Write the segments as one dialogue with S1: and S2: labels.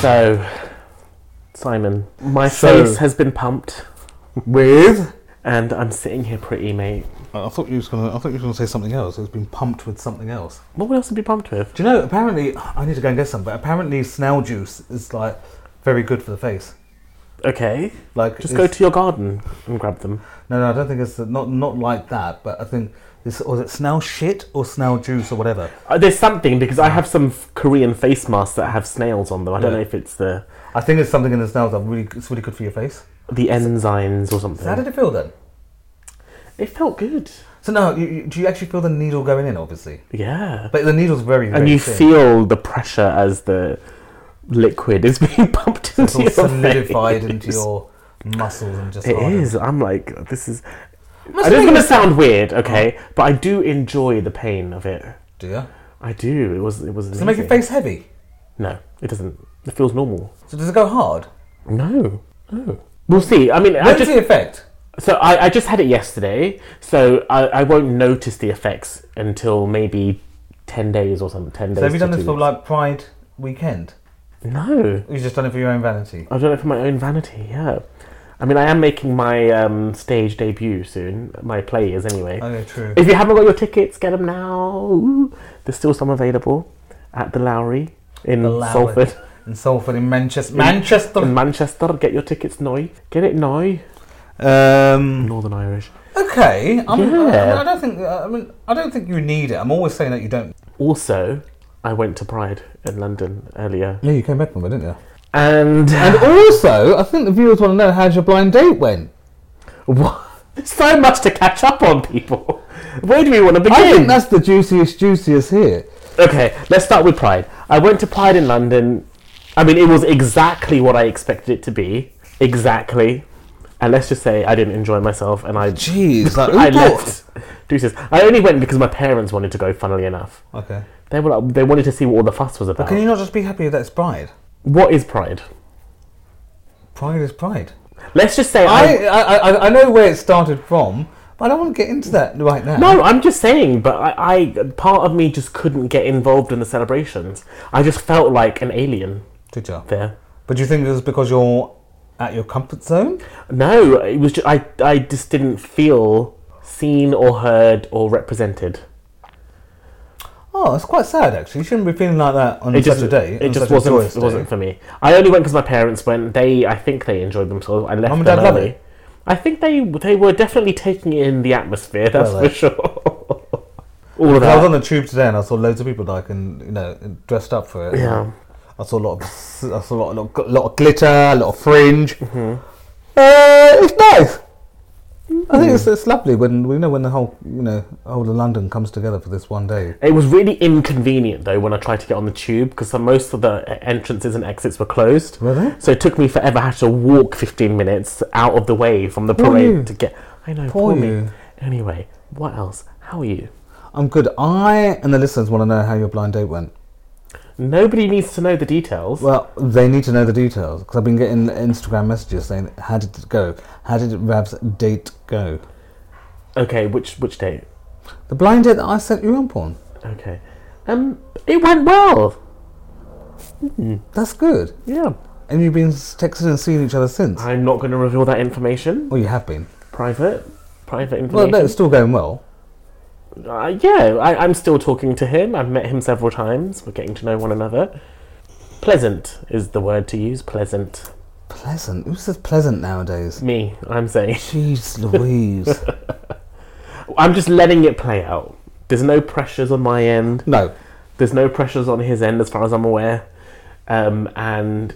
S1: So, Simon, my
S2: So-
S1: face has been pumped,
S2: With?
S1: and I'm sitting here pretty, mate.
S2: I thought you was gonna. I thought you was gonna say something else. It's been pumped with something else.
S1: What would else be pumped with?
S2: Do you know? Apparently, I need to go and get some. But apparently, snail juice is like very good for the face.
S1: Okay,
S2: Like
S1: just
S2: it's-
S1: go to your garden and grab them.
S2: No, no, I don't think it's not not like that. But I think this was it snail shit or snail juice or whatever.
S1: Uh, there's something because I have some f- Korean face masks that have snails on them. I don't
S2: Yeah.
S1: know if it's the
S2: I think it's something in the snails that really it's really good for your face.
S1: the enzymes or something.
S2: So how did it feel then?
S1: It felt good.
S2: So now, you, you, do you actually feel the needle going in? Obviously,
S1: Yeah.
S2: but the needle's very very
S1: and you
S2: thin.
S1: feel the pressure as the liquid is being pumped
S2: it's
S1: into
S2: all
S1: your
S2: solidified
S1: face.
S2: into your muscles and just
S1: It
S2: hardened.
S1: is. I'm like, this is.
S2: Must
S1: I know it's
S2: be-
S1: going to sound weird, okay, but I do enjoy the pain of it.
S2: Do you?
S1: I do. It was. It was.
S2: Does it make your face heavy?
S1: No, it doesn't. It feels normal.
S2: So does it go hard?
S1: No. No. We'll see. I mean, I
S2: When's
S1: just
S2: the effect?
S1: so I, I just had it yesterday, so I, I won't notice the effects until maybe ten days or something. Ten days.
S2: So have you
S1: to
S2: done this
S1: two
S2: for like Pride weekend?
S1: weeks. No,
S2: Or you just done it for your own vanity?
S1: I've done it for my own vanity. Yeah. I mean, I am making my um, stage debut soon. My play is anyway.
S2: Okay, true.
S1: If you haven't got your tickets, get them now. Ooh. There's still some available at the Lowry in
S2: The Lowry.
S1: Salford,
S2: In Salford, in Manchester, Manchester.
S1: in Manchester. Get your tickets now. Get it now.
S2: Um,
S1: Northern Irish.
S2: okay. I'm,
S1: Yeah.
S2: I, I don't think. uh, I mean, I don't think you need it. I'm always saying that you don't.
S1: Also, I went to Pride in London earlier,
S2: Yeah, you came back from it, didn't you?
S1: and
S2: And also, I think the viewers want to know how's your blind date went.
S1: What? There's so much to catch up on, people. Where do we want to begin?
S2: I think that's the juiciest, juiciest here.
S1: okay, let's start with Pride. I went to Pride in London. I mean, it was exactly what I expected it to be. Exactly. And let's just say I didn't enjoy myself, and I
S2: Jeez, like, who
S1: I
S2: bought-
S1: left. Deuces. I only went because my parents wanted to go. Funnily enough,
S2: Okay.
S1: they were like, they wanted to see what all the fuss was about.
S2: Can you not just be happy that it's Pride?
S1: What is Pride?
S2: Pride is Pride.
S1: Let's just say I.
S2: I, I, I, I know where it started from, but I don't want to get into that right now.
S1: No, I'm just saying, but I, I part of me just couldn't get involved in the celebrations. I just felt like an alien.
S2: Did you?
S1: there.
S2: But do you think it was because you're at your comfort zone?
S1: No, it was just, I I just didn't feel seen or heard or represented.
S2: Oh, it's quite sad actually. You shouldn't be feeling like that on
S1: It
S2: such
S1: just
S2: a day.
S1: it
S2: on
S1: just
S2: such a
S1: wasn't
S2: joyous
S1: it wasn't
S2: day.
S1: for me. I only went because my parents went. They I think they enjoyed themselves. I left
S2: Mum and
S1: them
S2: Dad love
S1: early.
S2: it?
S1: I think they they were definitely taking in the atmosphere. That's
S2: Well,
S1: for
S2: they-
S1: sure. All of
S2: I was
S1: that.
S2: on the tube today and I saw loads of people like and you know dressed up for it.
S1: Yeah.
S2: I saw a lot of I saw a lot, a lot, a lot of glitter, a lot of fringe.
S1: Mm-hmm.
S2: Uh, it's nice. I think it's, it's lovely when you know when the whole you know whole of London comes together for this one day.
S1: It was really inconvenient though when I tried to get on the tube because most of the e, entrances and exits were closed.
S2: Were they?
S1: So it took me forever. I had to walk 15 minutes out of the way from the
S2: Poor
S1: parade
S2: you.
S1: to get. I know,
S2: Poor
S1: poor,
S2: you.
S1: me. Anyway, what else? How are you?
S2: I'm good. I and the listeners want to know how your blind date went.
S1: Nobody needs to know the details.
S2: Well, they need to know the details because I've been getting Instagram messages saying, "How did it go? How did Rav's date go?"
S1: okay, which which date?
S2: The blind date that I sent you up on.
S1: Okay, um, it went well.
S2: That's good.
S1: Yeah,
S2: And you've been texting and seeing each other since.
S1: I'm not going to reveal that information.
S2: Well, you have been.
S1: Private, private
S2: Well,
S1: information.
S2: no, it's still going well.
S1: Uh, yeah, I, I'm still talking to him. I've met him several times. We're getting to know one another. Pleasant is the word to use. Pleasant.
S2: Pleasant. Who says pleasant nowadays?
S1: Me, I'm saying.
S2: Jeez Louise.
S1: I'm just letting it play out. There's no pressures on my end.
S2: no.
S1: There's no pressures on his end, as far as I'm aware. Um, and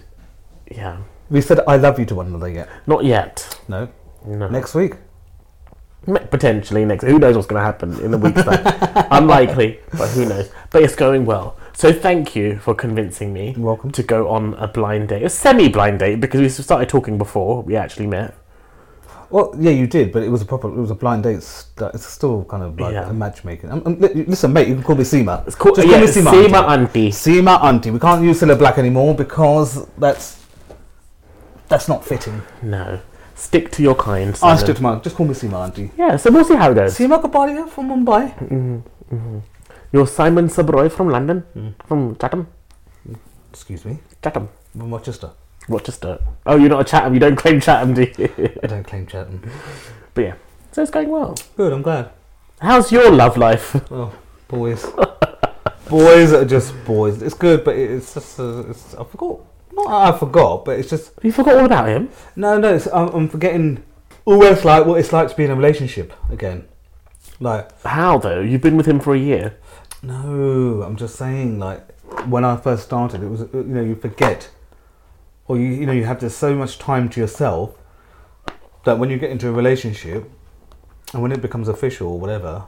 S1: yeah,
S2: We said I love you to one another yet.
S1: not yet.
S2: No.
S1: No.
S2: Next week.
S1: Me- Potentially next. Who knows what's going to happen in the weeks time? Unlikely, but who knows? But it's going well. So thank you for convincing me
S2: You're welcome.
S1: to go on a blind date, a semi-blind date, because we started talking before we actually met.
S2: Well, yeah, you did, but it was a proper, it was a blind date. St- it's still kind of like
S1: Yeah.
S2: a matchmaking. Um, um, li- listen, mate, you can call me Seema.
S1: It's called
S2: Just
S1: yeah,
S2: call me Seema.
S1: Seema Auntie.
S2: Seema Auntie. We can't use Cilla Black anymore because that's that's not fitting.
S1: No, stick to your kind.
S2: I
S1: Simon.
S2: stood to my. Just call me Seema Auntie.
S1: yeah, so we'll see how it goes.
S2: Seema Kapadia from Mumbai. Hmm.
S1: You're Simon Sabroy from London, from Chatham,
S2: Excuse me.
S1: Chatham.
S2: from Rochester.
S1: Rochester. Oh, you're not a Chatham. You don't claim Chatham, do you?
S2: I don't claim Chatham.
S1: but yeah, so it's going well.
S2: Good, I'm glad.
S1: How's your love life?
S2: Well, boys, boys are just boys. It's good, but it- it's just uh, it's, I forgot. Not I forgot, but it's just
S1: You forgot all about him.
S2: no, no. It's, I'm, I'm forgetting almost like what it's like to be in a relationship again. Like
S1: How though? You've been with him for a year.
S2: No, I'm just saying, like, when I first started, it was, you know, you forget, or you, you know, you have just so much time to yourself that when you get into a relationship and when it becomes official or whatever,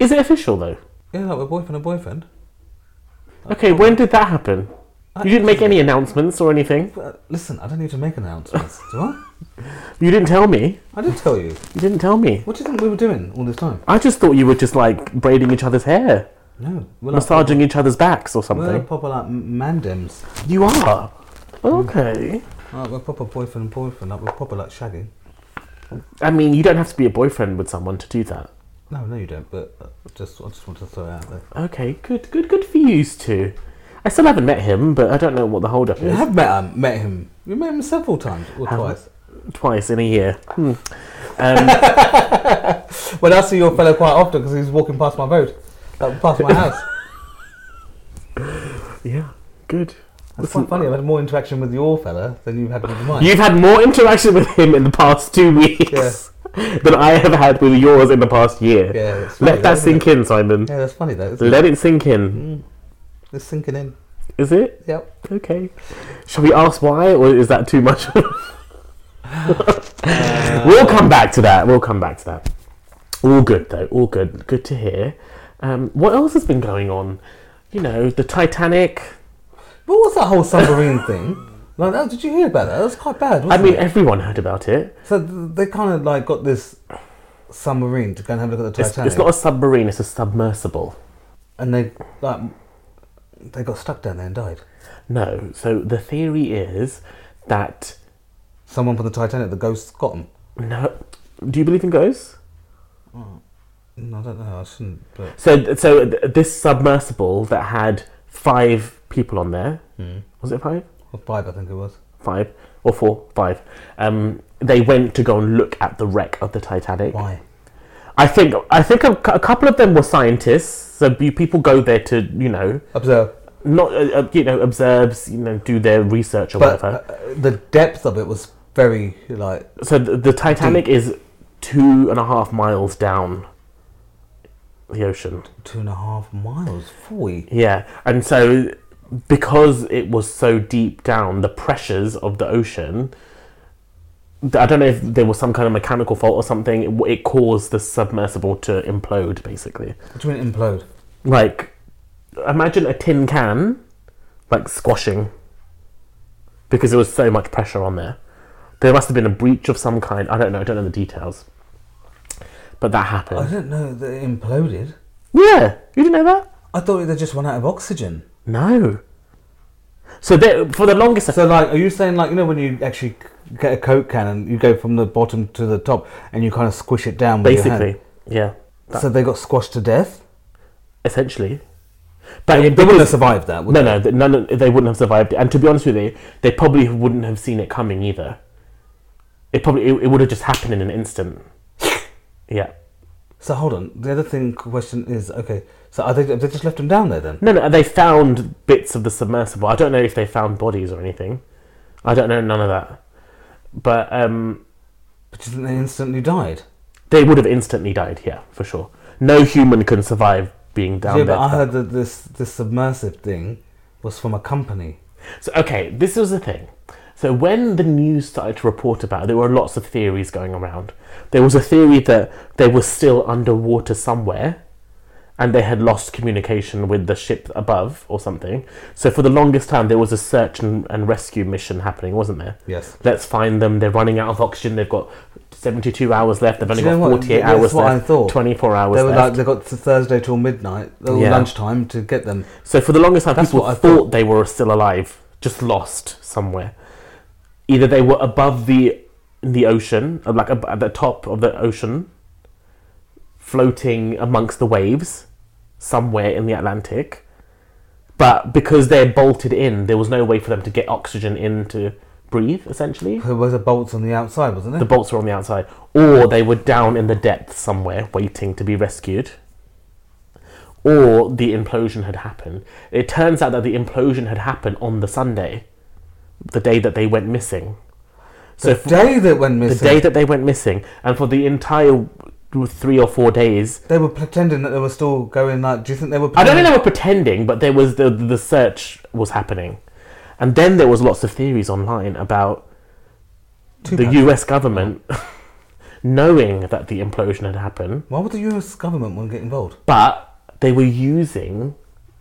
S1: Is it official though?
S2: yeah, like we're boyfriend and boyfriend.
S1: Okay, when did that happen? You didn't make any announcements or anything.
S2: But, listen, I don't need to make announcements, do I?
S1: You didn't tell me.
S2: I did tell you.
S1: You didn't tell me.
S2: What do you think we were doing all this time?
S1: I just thought you were just like braiding each other's hair,
S2: No, we're like,
S1: massaging each other's backs or
S2: we're
S1: something.
S2: proper like m- mandems.
S1: You are. Okay.
S2: Like, we're proper boyfriend and boyfriend. Like, we're proper like shagging.
S1: I mean, you don't have to be a boyfriend with someone to do that.
S2: No, no, you don't. But uh, just, I just wanted to throw it out there.
S1: Okay, good, good, good for you two. I still haven't met him, but I don't know what the holdup
S2: You
S1: is.
S2: have met him. Met him. You met him several times or
S1: Have
S2: twice.
S1: Twice in a year. Hmm. Um,
S2: Well, I see your fellow quite often because he's walking past my road, like, past my house.
S1: yeah, good.
S2: It's quite funny. I've had more interaction with your fella than you've had with mine.
S1: You've had more interaction with him in the past two weeks than I have had with yours in the past year.
S2: yeah, it's funny,
S1: Let that
S2: isn't it?
S1: sink in, Simon.
S2: Yeah, that's funny though. It's,
S1: Let it sink in.
S2: it's sinking in.
S1: Is it?
S2: Yep.
S1: Okay. Shall we ask why, or is that too much? we'll come back to that. We'll come back to that. All good though. All good. Good to hear. Um, what else has been going on? You know, the Titanic.
S2: But what's that whole submarine thing? Like, that, did you hear about that? That was quite bad.
S1: I
S2: Wasn't
S1: mean,
S2: it?
S1: everyone heard about it.
S2: so th- they kind of like got this submarine to go and have a look at the
S1: It's,
S2: Titanic,
S1: it's not a submarine. It's a submersible.
S2: and they like they got stuck down there and died.
S1: No. So the theory is that
S2: Someone from the Titanic, the ghosts got them.
S1: no. Do you believe in ghosts?
S2: No, I don't know. I shouldn't. But
S1: So, so th- this submersible that had five people on there was it five?
S2: Or five, I think it was.
S1: five or four, five. Um, they went to go and look at the wreck of the Titanic.
S2: Why?
S1: I think I think a, cou- a couple of them were scientists, so be- people go there to you know
S2: Observe.
S1: not uh, uh, you know observes you know do their research or
S2: But
S1: whatever.
S2: uh, the depth of it was very like
S1: So the, the Titanic is two and a half miles down the ocean.
S2: two and a half miles. Forty.
S1: Yeah, and so because it was so deep down, the pressures of the ocean. th- I don't know if there was some kind of mechanical fault or something. It, w- it caused the submersible to implode, basically.
S2: What do you mean implode?
S1: Like, imagine a tin can, like squashing, because there was so much pressure on there. There must have been a breach of some kind. I don't know. I don't know the details, but that
S2: I
S1: happened.
S2: didn't know that it imploded.
S1: Yeah, you didn't know that?
S2: I thought they just run out of oxygen.
S1: No. So there, for the longest
S2: So like, are you saying like you know when you actually get a coke can and you go from the bottom to the top and you kind of squish it down with your
S1: basically
S2: hand?
S1: yeah That-
S2: So they got squashed to death.
S1: essentially but
S2: They
S1: it,
S2: wouldn't have
S1: because,
S2: survived that. Would
S1: no no th- none of, they wouldn't have survived it and to be honest with you they probably wouldn't have seen it coming either it probably it, it would have just happened in an instant yeah
S2: So hold on. The other thing question is okay. So are they have they just left them down there then?
S1: no no they found bits of the submersible i don't know if they found bodies or anything i don't know none of that but um
S2: But you think they instantly died?
S1: they would have instantly died yeah for sure no human can survive being down
S2: yeah,
S1: there
S2: but I
S1: for that
S2: heard that this this submersive thing was from a company.
S1: So, okay, this was the thing. So, when the news started to report about it, there were lots of theories going around. There was a theory that they were still underwater somewhere and they had lost communication with the ship above or something. So, for the longest time, there was a search and, and rescue mission happening, wasn't there?
S2: Yes.
S1: Let's find them. They're running out of oxygen. They've got 72 hours left. They've only
S2: you
S1: got
S2: know what?
S1: 48
S2: That's
S1: hours
S2: what I
S1: left.
S2: thought.
S1: 24 hours
S2: They were
S1: left.
S2: like they got to Thursday till midnight, or
S1: Yeah.
S2: lunchtime, to get them.
S1: So for the longest time,
S2: That's
S1: people
S2: what I
S1: thought, they were still alive, just lost somewhere. Either they were above the the ocean, uh, like ab- at the top of the ocean, floating amongst the waves, somewhere in the Atlantic, But because they're bolted in, there was no way for them to get oxygen in to breathe, essentially.
S2: There was a bolt on the outside, wasn't
S1: The
S2: it?
S1: bolts were on the outside. Or they were down in the depths somewhere, waiting to be rescued. Or the implosion had happened. It turns out that the implosion had happened on the Sunday, the day that they went missing. So
S2: the day that went
S1: the
S2: missing,
S1: day that they went missing, and for the entire three or four days,
S2: they were pretending that they were still going. Like, do you think they were?
S1: I don't think they were pretending, but there was the the search was happening, and then there was lots of theories online about the U.S. government knowing that the implosion had happened,
S2: Why would the U.S. government want to get involved?
S1: but they were using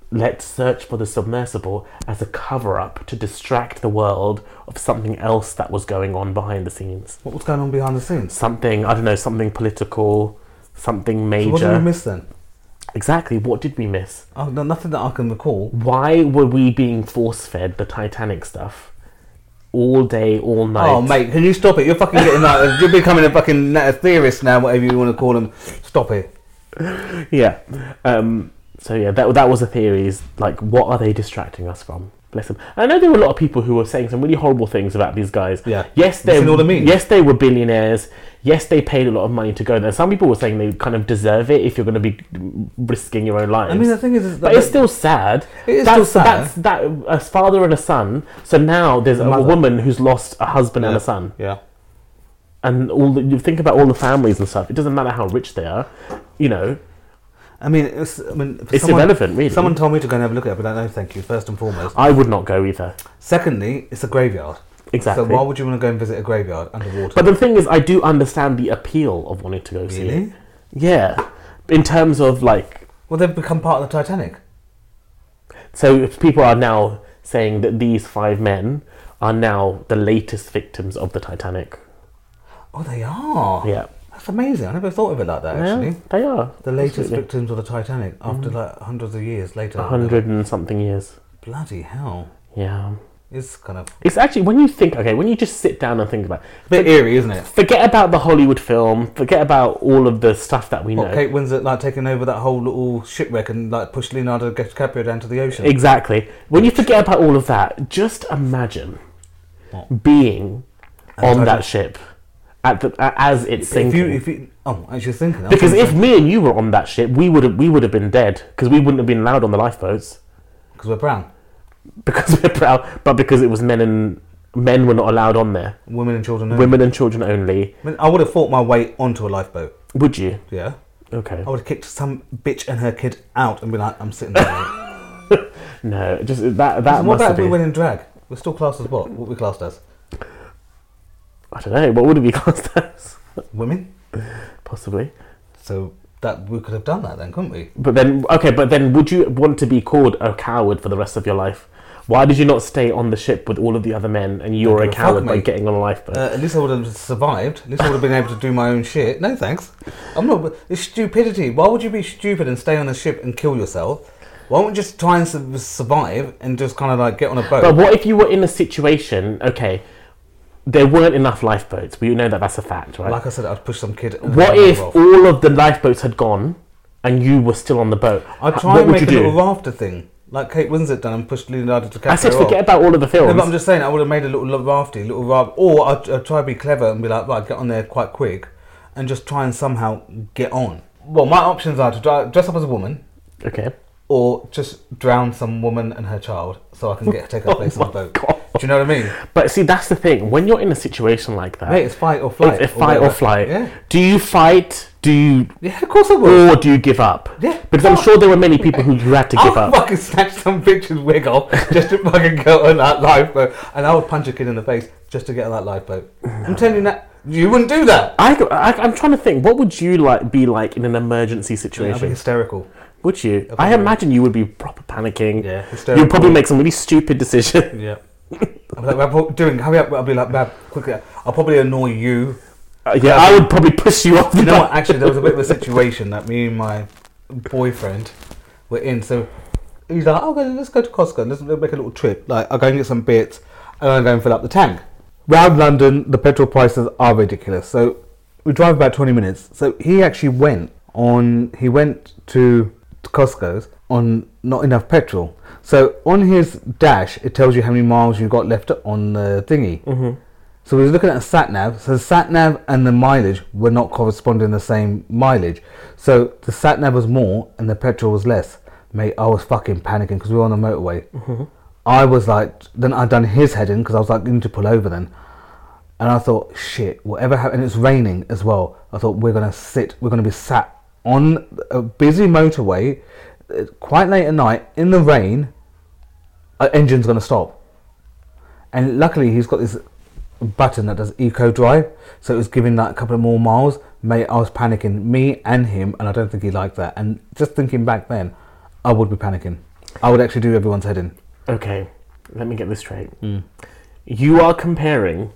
S1: "Let's search for the submersible" as a cover up to distract the world of something else that was going on behind the scenes.
S2: What was going on behind the scenes?
S1: Something I don't know, something political, something major.
S2: What did we miss then?
S1: Exactly. What did we miss?
S2: Oh, no, nothing that I can recall.
S1: Why were we being force fed the Titanic stuff all day, all night?
S2: Oh, mate, can you stop it? You're fucking getting like you're becoming a fucking net theorist now, whatever you want to call them. Stop it.
S1: Yeah. Um, so yeah, that that was the theories. Like, what are they distracting us from? Bless them. I know there were a lot of people who were saying some really horrible things about these guys.
S2: Yeah.
S1: Yes,
S2: You
S1: they.
S2: seen all the memes?
S1: Yes, they were billionaires. Yes, they paid a lot of money to go there. Some people were saying they kind of deserve it if you're going to be risking your own lives.
S2: I mean, the thing is, is
S1: But it's still sad.
S2: It is
S1: that's,
S2: still sad.
S1: That's that a father and a son. So now there's a,
S2: mother.
S1: woman who's lost a husband and
S2: Yeah.
S1: a son,
S2: yeah.
S1: and all the, you think about all the families and stuff. It doesn't matter how rich they are, you know.
S2: I mean, it's, I mean, for
S1: It's irrelevant, really.
S2: Someone told me to go and have a look at it, but I don't know, thank you. First and foremost.
S1: I would not go either.
S2: Secondly, it's a graveyard.
S1: Exactly.
S2: So why would you want to go and visit a graveyard underwater?
S1: But the thing is, I do understand the appeal of wanting to go see it.
S2: really?
S1: Yeah, in terms of like,
S2: Well, they've become part of the Titanic.
S1: so if people are now saying that these five men are now the latest victims of the Titanic.
S2: Oh, they are.
S1: Yeah,
S2: That's amazing. I never thought of it like that. Actually,
S1: yeah they are
S2: the latest
S1: Absolutely. Mm.
S2: victims of the Titanic after like hundreds of years later.
S1: A hundred and something years.
S2: Bloody hell!
S1: Yeah.
S2: It's kind of
S1: It's actually when you think, okay, when you just sit down and think about,
S2: a bit eerie, isn't it?
S1: forget about the Hollywood film, forget about all of the stuff that we know.
S2: What, Kate Winslet like taking over that whole little shipwreck and like pushed Leonardo DiCaprio down to the ocean.
S1: Exactly. When you forget about all of that, just imagine
S2: What?
S1: being on
S2: Titanic.
S1: that ship at the, a- as it's
S2: if
S1: sinking.
S2: you, if you, oh, as you're thinking, I was
S1: because
S2: gonna
S1: if
S2: say-
S1: me and you were on that ship, we would have we would have been dead because we wouldn't have been allowed on the lifeboats
S2: because we're brown,
S1: because we're proud, but because it was men and men were not allowed on there.
S2: women and children, only.
S1: Women and children only.
S2: I, mean, I would have fought my way onto a lifeboat.
S1: Would you?
S2: Yeah,
S1: Okay.
S2: I would have kicked some bitch and her kid out and been like, I'm sitting there.
S1: No, just that that
S2: So what
S1: must
S2: about
S1: have
S2: if we
S1: been.
S2: went in drag? We're still classed as what? What we classed as?
S1: I don't know. What would it be classed as?
S2: Women.
S1: Possibly.
S2: So that we could have done that then, couldn't we?
S1: But then, okay, but then would you want to be called a coward for the rest of your life? Why did you not stay on the ship with all of the other men and you're a
S2: give a fuck,
S1: coward by
S2: mate.
S1: getting on a lifeboat?
S2: Uh, at least I would have survived. At least I would have been able to do my own shit. No thanks. I'm not. It's stupidity. Why would you be stupid and stay on a ship and kill yourself? Why don't you just try and su- survive and just kind of like get on a boat?
S1: but what if you were in a situation, okay, there weren't enough lifeboats. We know that that's a fact, right?
S2: like I said, I'd push some kid.
S1: what if
S2: Well,
S1: all of the lifeboats had gone and you were still on the boat?
S2: I'd
S1: H-
S2: try
S1: what
S2: and
S1: would
S2: make a
S1: you
S2: little
S1: do?
S2: rafter thing, like Kate Winslet done, and pushed Leonardo DiCaprio.
S1: I said
S2: off.
S1: forget about all of the films.
S2: No, but I'm just saying, I would have made a little lo- rafty, little raft, or I'd, I'd try to be clever and be like, right, get on there quite quick, and just try and somehow get on. Well, my options are to dri- dress up as a woman,
S1: okay.
S2: or just drown some woman and her child, so I can get take her place on the boat.
S1: Oh God.
S2: Do you know what I mean?
S1: But see, that's the thing. When you're in a situation like that,
S2: Mate, it's fight or flight.
S1: it's a fight or
S2: whatever.
S1: flight.
S2: Yeah,
S1: Do you fight? Do you
S2: yeah, of course I would.
S1: or do you give up?
S2: Yeah. Oh,
S1: Because I'm sure there were many people who had to give
S2: I'll
S1: up.
S2: fucking snatch some bitch's wig off just to fucking go on that lifeboat, and I would punch a kid in the face just to get on that lifeboat. I'm telling you that you wouldn't do that.
S1: I, I, am trying to think. What would you like be like in an emergency
S2: I'd be
S1: situation?
S2: hysterical.
S1: would you? I
S2: probably would.
S1: imagine you would be proper panicking.
S2: Yeah, hysterical.
S1: You'd probably make some really stupid decision.
S2: Yeah. I'll be like, Rab, what are you doing? Hurry up. I'll be like, Rab, quickly. I'll probably annoy you.
S1: Uh, yeah, I would probably push you off.
S2: You know what? Actually, there was a bit of a situation that me and my boyfriend were in. So he's like, oh, well, let's go to Costco. Let's make a little trip. Like, I'll go and get some bits and I'll go and fill up the tank. Round London, the petrol prices are ridiculous. So we drive about 20 minutes. So he actually went on, he went to Costco's on not enough petrol. So on his dash, it tells you how many miles you've got left on the thingy. Mm-hmm. So we was looking at a sat nav. So the sat nav and the mileage were not corresponding the same mileage. So the sat nav was more and the petrol was less. Mate, I was fucking panicking because we were on the motorway. I was like, then I done his heading because I was like, you need to pull over then. And I thought, shit, whatever happened, and it's raining as well. I thought, we're going to sit, we're going to be sat on a busy motorway, uh, quite late at night, in the rain, our engine's going to stop. And luckily, he's got this button that does eco drive, so it was giving that a couple of more miles. Mate, I was panicking, me and him, and I don't think he liked that. And just thinking back then, I would be panicking. I would actually do everyone's heading.
S1: Okay, let me get this straight.
S2: Hmm.
S1: You are comparing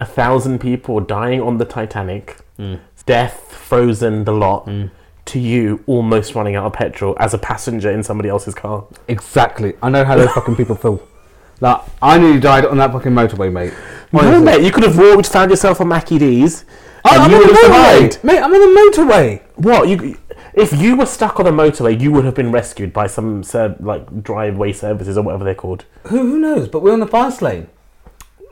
S1: a thousand people dying on the Titanic,
S2: Hmm.
S1: death, frozen, the lot, to you almost running out of petrol as a passenger in somebody else's car.
S2: Exactly. I know how those fucking people feel. Like, I nearly died on that fucking motorway, mate.
S1: No,
S2: Honestly.
S1: mate, you could have walked, found yourself on Mackie D's,
S2: Oh,
S1: and
S2: I'm
S1: you
S2: on the
S1: would have survived.
S2: motorway! Mate, I'm on the motorway!
S1: What you? If you were stuck on a motorway, you would have been rescued by some ser- like driveway services or whatever they're called.
S2: Who, who knows? But we're on the fast lane.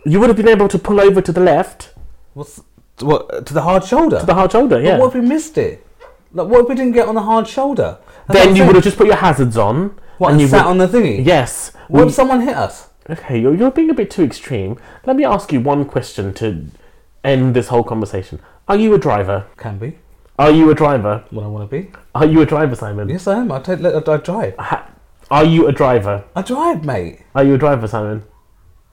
S1: You would have been able to pull over to the left,
S2: What's, what, to the hard shoulder?
S1: the hard shoulder. Yeah.
S2: What if we missed it? Like, what if we didn't get on the hard shoulder? That's what I'm
S1: then you
S2: saying.
S1: would have just put your hazards on.
S2: What,
S1: you
S2: and sat
S1: would-
S2: on the thingy?
S1: Yes.
S2: What
S1: Well,
S2: if someone hit us?
S1: okay, you're, you're being a bit too extreme. Let me ask you one question to end this whole conversation. Are you a driver?
S2: Can be.
S1: Are you a driver?
S2: What I want to be.
S1: Are you a driver, Simon?
S2: Yes, I am. I, take, I, I drive.
S1: Ha- are you a driver?
S2: I drive, mate.
S1: Are you a driver, Simon?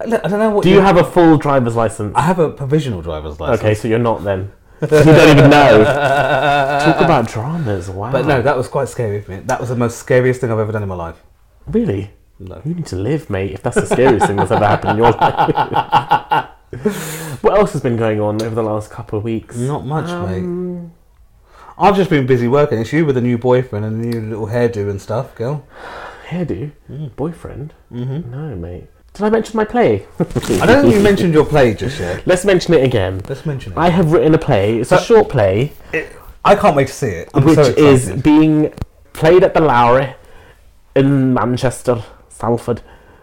S2: I don't I don't know what
S1: Do you have a full driver's license?
S2: I have a provisional driver's license.
S1: Okay, so you're not then. you don't even know. Talk about dramas, wow.
S2: But no, that was quite scary for me. That was the most scariest thing I've ever done in my life.
S1: Really?
S2: No.
S1: You need to live, mate, if that's the scariest thing that's ever happened in your life. what else has been going on over the last couple of weeks?
S2: Not much, mate. I've just been busy working. It's you with a new boyfriend and a new little hairdo and stuff, girl.
S1: Hairdo?
S2: Hmm.
S1: Boyfriend? Mm-hmm. No, mate. Did I mention my play?
S2: I don't think you mentioned your play just yet.
S1: Let's mention it again.
S2: Let's mention it.
S1: I have written a play. It's a
S2: So-
S1: short play,
S2: I can't wait to see it. I'm
S1: which
S2: so
S1: is
S2: excited.
S1: being played at the Lowry in Manchester, Salford.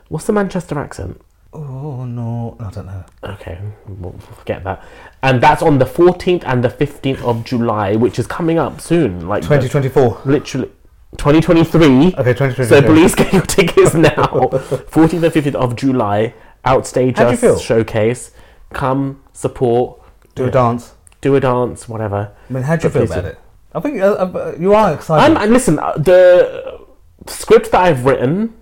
S1: What's the Manchester accent?
S2: Oh no, I don't know.
S1: Okay, we'll forget that. And that's on the 14th and the 15th of July, which is coming up soon. Like,
S2: Twenty twenty four.
S1: literally 2023.
S2: Okay, twenty twenty
S1: So
S2: four.
S1: please get your tickets now. 14th and 15th of July, Outstage
S2: How do you feel?
S1: Us showcase. Come, support,
S2: Do a dance.
S1: do a dance, whatever.
S2: I mean, how do
S1: But
S2: you feel
S1: please
S2: about
S1: do.
S2: it? I think uh, uh, you are
S1: I'm,
S2: excited.
S1: and listen, uh, the script that I've written,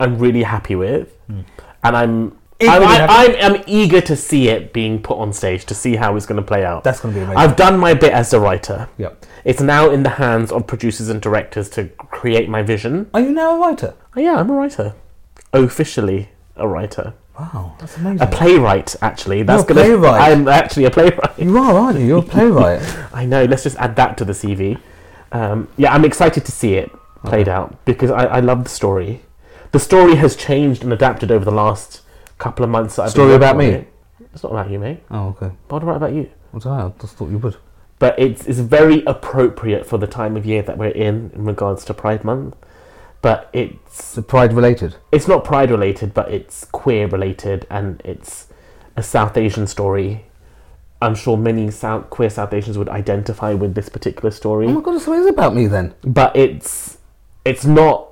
S1: I'm really happy with.
S2: Hmm.
S1: And I'm. I'm,
S2: Equally
S1: I'm,
S2: happy.
S1: I'm, I'm eager to see it being put on stage to see how it's going to play out.
S2: That's going to be amazing.
S1: I've done my bit as a writer.
S2: Yep.
S1: It's now in the hands of producers and directors to create my vision.
S2: Are you now a writer?
S1: Oh, yeah, I'm a writer. Officially a writer.
S2: Wow, that's amazing.
S1: A playwright, actually. That's
S2: a
S1: gonna.
S2: playwright.
S1: I'm actually a playwright.
S2: you are, aren't you? You're a playwright.
S1: I know. Let's just add that to the CV. Um, yeah, I'm excited to see it played out because I, I love the story. The story has changed and adapted over the last couple of months. That I've been
S2: Story
S1: working
S2: about
S1: on
S2: me?
S1: it. It's not about you, mate.
S2: oh, okay.
S1: But what about you?
S2: Well, I don't know, I just thought you would.
S1: but it's, it's very appropriate for the time of year that we're in in regards to Pride Month. But it's
S2: So pride related.
S1: it's not Pride related, but it's queer related, and it's a South Asian story. I'm sure many South, queer South Asians would identify with this particular story,
S2: Oh my god, so it is about me then.
S1: but it's it's not.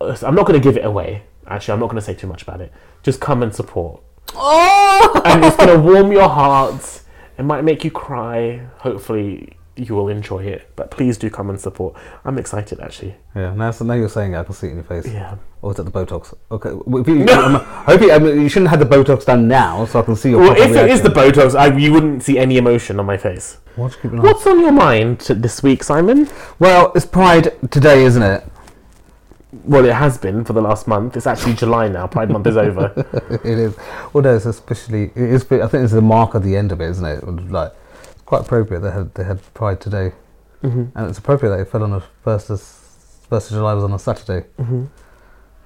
S1: I'm not going to give it away. Actually, I'm not going to say too much about it. Just come and support,
S2: Oh!
S1: and it's going to warm your hearts. It might make you cry. Hopefully, you will enjoy it. But please do come and support. I'm excited, actually.
S2: Yeah, now, so now you're saying it, I can see it in your face.
S1: Yeah.
S2: Or is it the Botox? Okay. well, If you, um, hopefully, I mean, you shouldn't have the Botox done now, so I can see your.
S1: Well,
S2: proper
S1: if it is
S2: reaction.
S1: the Botox, I, you wouldn't see any emotion on my face.
S2: Why do you keep an eye-
S1: What's on your mind t- this week, Simon?
S2: Well, it's Pride today, isn't it?
S1: Well, it has been for the last month. It's actually July now. Pride Month is over.
S2: it is. Well, no, it's especially. It is. I think it's the mark of the end of it, isn't it? It was Like, it's quite appropriate they had they had Pride today, mm-hmm. and it's appropriate that it fell on the first of first of July was on a Saturday. Mm-hmm.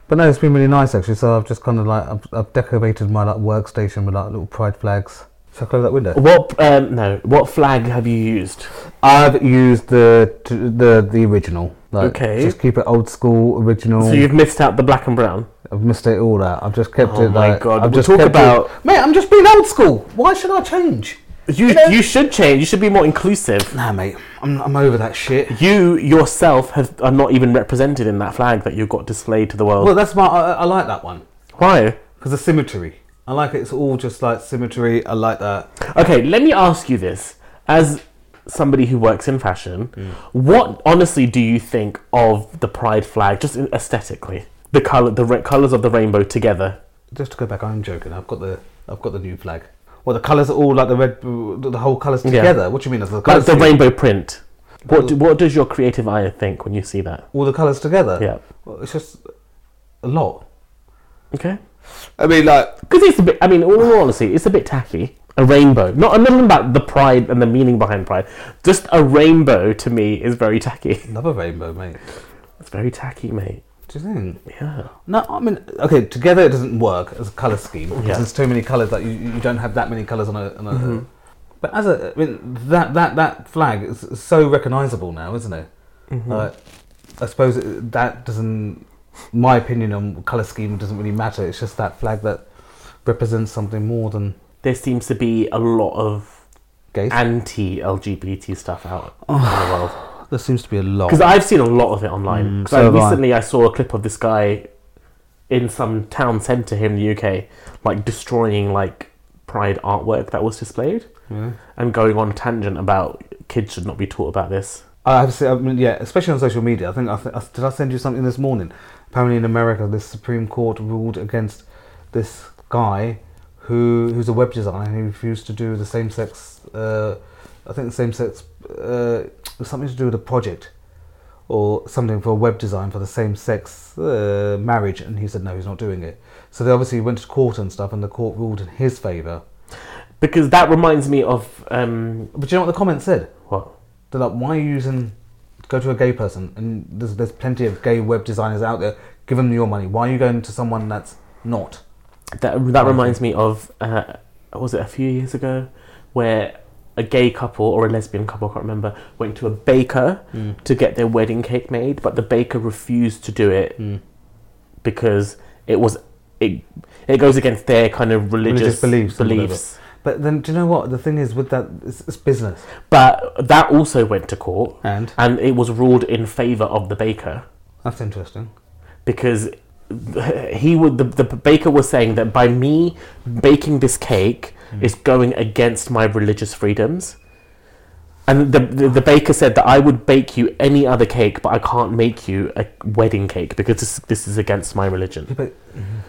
S2: But no, it's been really nice actually. So I've just kind of like I've, I've decorated my like workstation with like little Pride flags. Shall I close that window?
S1: What? Um, no. What flag have you used?
S2: I've used the t- the the original, Like,
S1: Okay.
S2: Just keep it old school, original.
S1: So you've missed out the black and brown.
S2: I've missed it all out. I've just kept
S1: Oh
S2: it
S1: my
S2: like.
S1: God,
S2: I've
S1: we'll
S2: just
S1: talk
S2: kept it-
S1: about-
S2: Mate, I'm just being old school. Why should I change?
S1: You
S2: You know-
S1: you should change. You should be more inclusive.
S2: Nah, mate. I'm, I'm over that shit.
S1: You yourself have, are not even represented in that flag that you got displayed to the world.
S2: Well, that's my. I, I like that one
S1: Why?
S2: because the symmetry. I like it. It's all just like symmetry. I like that.
S1: Okay, let me ask you this. As somebody who works in fashion, what honestly do you think of the pride flag just in- aesthetically? The color the re- colors of the rainbow together.
S2: Just to go back, I'm joking. I've got the. I've got the new flag. Well, the colours are all like the red. The whole colours
S1: Yeah.
S2: together. What do you mean? The
S1: Like
S2: colours
S1: the rainbow print. What do, what does your creative eye think when you see that?
S2: All the colours together.
S1: Yeah.
S2: Well, it's just a lot.
S1: Okay.
S2: I mean, like
S1: Because it's a bit. I mean, in all honesty, it's a bit tacky. A rainbow. Not nothing about the pride and the meaning behind pride. Just a rainbow to me is very tacky.
S2: another rainbow, mate.
S1: It's very tacky, mate.
S2: Do you think?
S1: Yeah.
S2: No, I mean, okay, together it doesn't work as a colour scheme because
S1: Yeah. Mm-hmm.
S2: there's too many colours. Like you, you don't have that many colours on a. On a But as a, I mean, that that that flag is so recognisable now, isn't it?
S1: Mm-hmm.
S2: Like, I suppose it, that doesn't. My opinion on colour scheme doesn't really matter. It's just that flag that represents something more than
S1: There seems to be a lot of
S2: gays.
S1: anti-LGBT stuff out in the world.
S2: there seems to be a lot.
S1: Because I've seen a lot of it online.
S2: Mm,
S1: 'Cause
S2: so
S1: I-
S2: have I.
S1: recently I saw a clip of this guy in some town centre here in the UK, like destroying like pride artwork that was displayed,
S2: Yeah.
S1: and going on a tangent about kids should not be taught about this.
S2: I've seen, I mean, yeah, especially on social media. I think I, th- I did. I send you something this morning. Apparently, in America, the Supreme Court ruled against this guy who who's a web designer who refused to do the same sex. Uh, I think the same sex uh, something to do with a project or something for web design for the same sex uh, marriage, and he said no, he's not doing it. So they obviously went to court and stuff, and the court ruled in his favour.
S1: Because that reminds me of um,
S2: But do you know what the comment said?
S1: what?
S2: They're like, why are you using? Go to a gay person, and there's there's plenty of gay web designers out there. Give them your money. Why are you going to someone that's not?
S1: That that reminds me of uh, was it a few years ago where a gay couple or a lesbian couple I can't remember went to a baker to get their wedding cake made, but the baker refused to do it because it was it it goes against their kind of religious,
S2: Religious
S1: beliefs
S2: beliefs and But then, do you know what the thing is with that? It's, it's business.
S1: But that also went to court,
S2: And
S1: and it was ruled in favour of the baker.
S2: that's interesting.
S1: because he would the, the baker was saying that by me baking this cake is going against my religious freedoms and the, the the baker said that I would bake you any other cake but I can't make you a wedding cake because this, this is against my religion
S2: But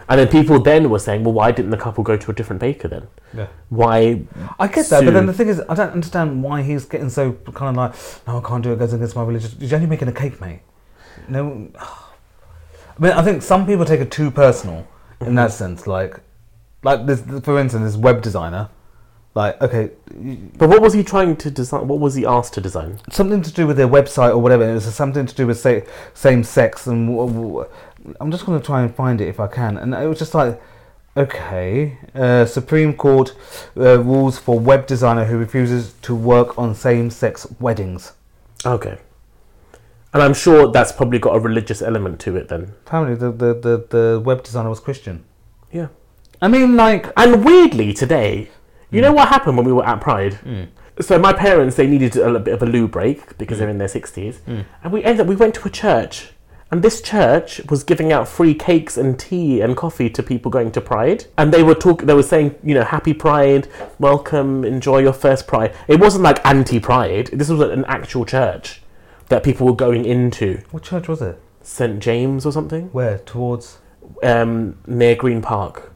S1: and then people then were saying well why didn't the couple go to a different baker then
S2: yeah.
S1: why
S2: I get that, but
S1: Sue.
S2: then the thing is, I don't understand why he's getting so kind of like, no, I can't do it. it goes against my religion. You're only making a cake, mate. No, I mean, I think some people take it too personal in that sense. Like, like this, for instance, this web designer. Like, okay, you-
S1: but what was he trying to design what was he asked to design
S2: something to do with their website or whatever. It was something to do with say, same sex and w- w- I'm just going to try and find it if I can. And it was just like, okay, uh, Supreme Court uh, rules for web designer who refuses to work on same-sex weddings.
S1: okay and I'm sure that's probably got a religious element to it then
S2: Apparently, the the, the, the web designer was Christian.
S1: yeah
S2: I mean, like,
S1: And weirdly, today, you know what happened when we were at Pride? So my parents they needed a little bit of a loo break because they're in their sixties, and we ended up we went to a church, and this church was giving out free cakes and tea and coffee to people going to Pride, and they were talking they were saying you know Happy Pride, welcome, enjoy your first Pride. It wasn't like anti Pride. This was an actual church that people were going into,
S2: what church was it?
S1: St James or something,
S2: Where towards?
S1: um, near Green Park,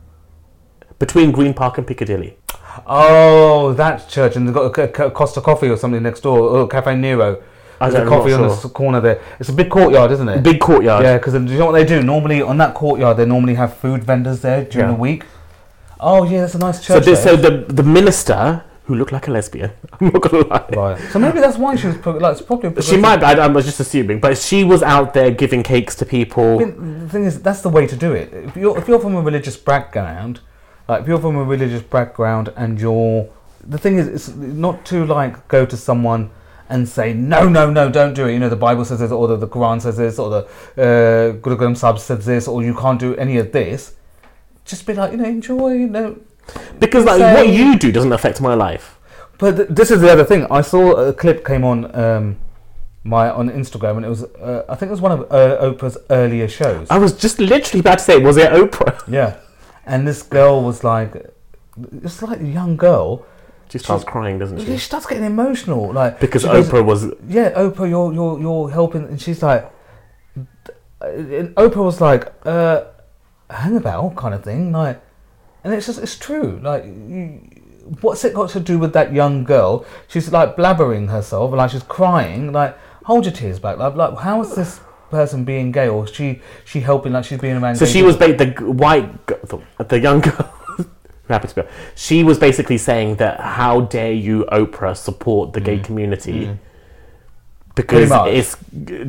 S1: between Green Park and Piccadilly.
S2: Oh, that church, and they've got a, a, a Costa Coffee or something next door, or Cafe Nero.
S1: I
S2: There's a
S1: don't- I'm not
S2: coffee on the
S1: sure.
S2: s- corner there. It's a big courtyard, isn't it?
S1: Big courtyard.
S2: Yeah, because you know what they do? Normally on that courtyard, they normally have food vendors there during
S1: Yeah.
S2: the week. Oh yeah, that's a nice
S1: So,
S2: church.
S1: the, so
S2: there.
S1: the the minister who looked like a lesbian, I'm not gonna lie.
S2: right. So maybe that's why she was pro- like it's probably. a
S1: She might. Be, I, I was just assuming, but she was out there giving cakes to people.
S2: I mean, the thing is, that's the way to do it. If you're if you're from a religious background, like if you're from a religious background, and you're the thing is, it's not to like go to someone and say, no, no, no, don't do it. You know, the Bible says this, or the, the Quran says this, or the uh, Guru Granth Sahib says this, or you can't do any of this. Just be like, you know, enjoy, you know.
S1: Because like
S2: So-
S1: what you do doesn't affect my life.
S2: But th- this is the other thing. I saw a clip came on um, my on Instagram, and it was uh, I think it was one of uh, Oprah's earlier shows.
S1: I was just literally about to say, was it Oprah?
S2: Yeah, and this girl was like, it's like a young girl.
S1: She starts crying, doesn't
S2: She
S1: she?
S2: starts getting emotional, like
S1: Because
S2: she goes,
S1: Oprah was
S2: yeah, Oprah, you're you're you're helping, and she's like, and Oprah was like, uh, hang about kind of thing, like, and it's just it's true, like, you, what's it got to do with that young girl? She's like blabbering herself, like she's crying, like, hold your tears back, like, like how is this person being gay or is she she helping like she's being around?
S1: so
S2: gay
S1: she
S2: people?
S1: was ba- the g- white g- the, the young girl. Rapid spill. She was basically saying that how dare you, Oprah, support the gay community because
S2: Mm. Pretty much.
S1: it's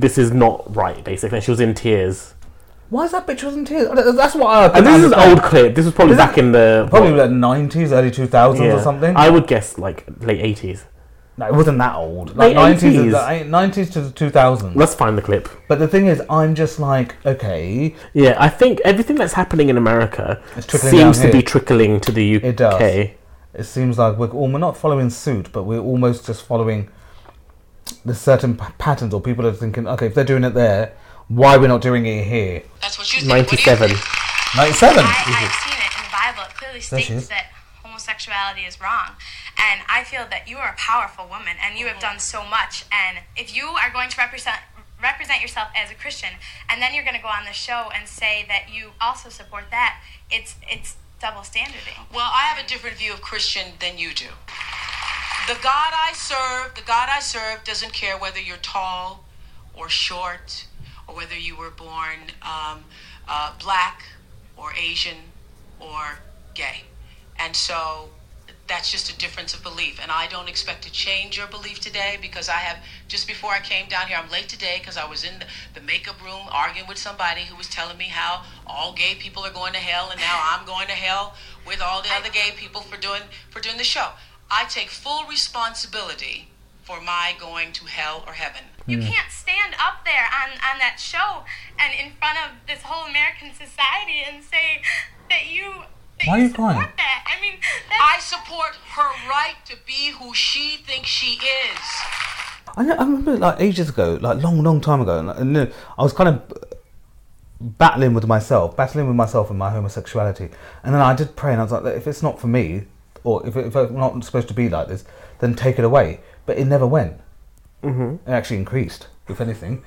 S1: this is not right. Basically, and she was in tears.
S2: Why is that bitch was in tears? I don't- That's what I.
S1: And this is an
S2: understand.
S1: old clip. This was probably
S2: This is-
S1: back in the
S2: Probably like nineties, early two thousands
S1: yeah.
S2: or something.
S1: I would guess like late eighties.
S2: no, it wasn't that old.
S1: Late
S2: Like nineties,
S1: 80s.
S2: nineties to the two thousands.
S1: Let's find the clip.
S2: But the thing is, I'm just like, okay,
S1: Yeah, I think everything that's happening in America
S2: It's trickling down
S1: seems to
S2: here.
S1: be trickling to the UK.
S2: It does. it seems like we're, all, we're not following suit, but we're almost just following the certain p- patterns, or people are thinking, okay, if they're doing it there, why we're not doing it here?
S3: That's what you think. What do you
S1: 97.
S3: think?
S2: 97.
S3: I, I've seen it in the Bible. It clearly
S2: There she is.
S3: states that homosexuality is wrong. And I feel that you are a powerful woman and you have done so much. And if you are going to represent represent yourself as a Christian and then you're going to go on the show and say that you also support that, it's it's double standarding.
S4: Well, I have a different view of Christian than you do. The God I serve, the God I serve doesn't care whether you're tall or short or whether you were born um, uh, black or Asian or gay. And so that's just a difference of belief. And I don't expect to change your belief today because I have, just before I came down here, I'm late today because I was in the, the makeup room arguing with somebody who was telling me how all gay people are going to hell and now I'm going to hell with all the other gay people for doing, for doing the show. I take full responsibility for my going to hell or heaven.
S3: You
S2: Mm.
S3: can't stand up there on, on that show and in front of this whole American society and say that you that
S2: Why are
S3: you
S2: you crying?
S3: support that. I mean,
S4: I
S3: that's
S4: support her right to be who she thinks she is.
S2: I, know, I remember like ages ago, like long, long time ago, and, and then I was kind of battling with myself, battling with myself and my homosexuality. And then I did pray, and I was like, if it's not for me, or if, if I'm not supposed to be like this, then take it away. But it never went. Mm-hmm. It actually increased, if anything.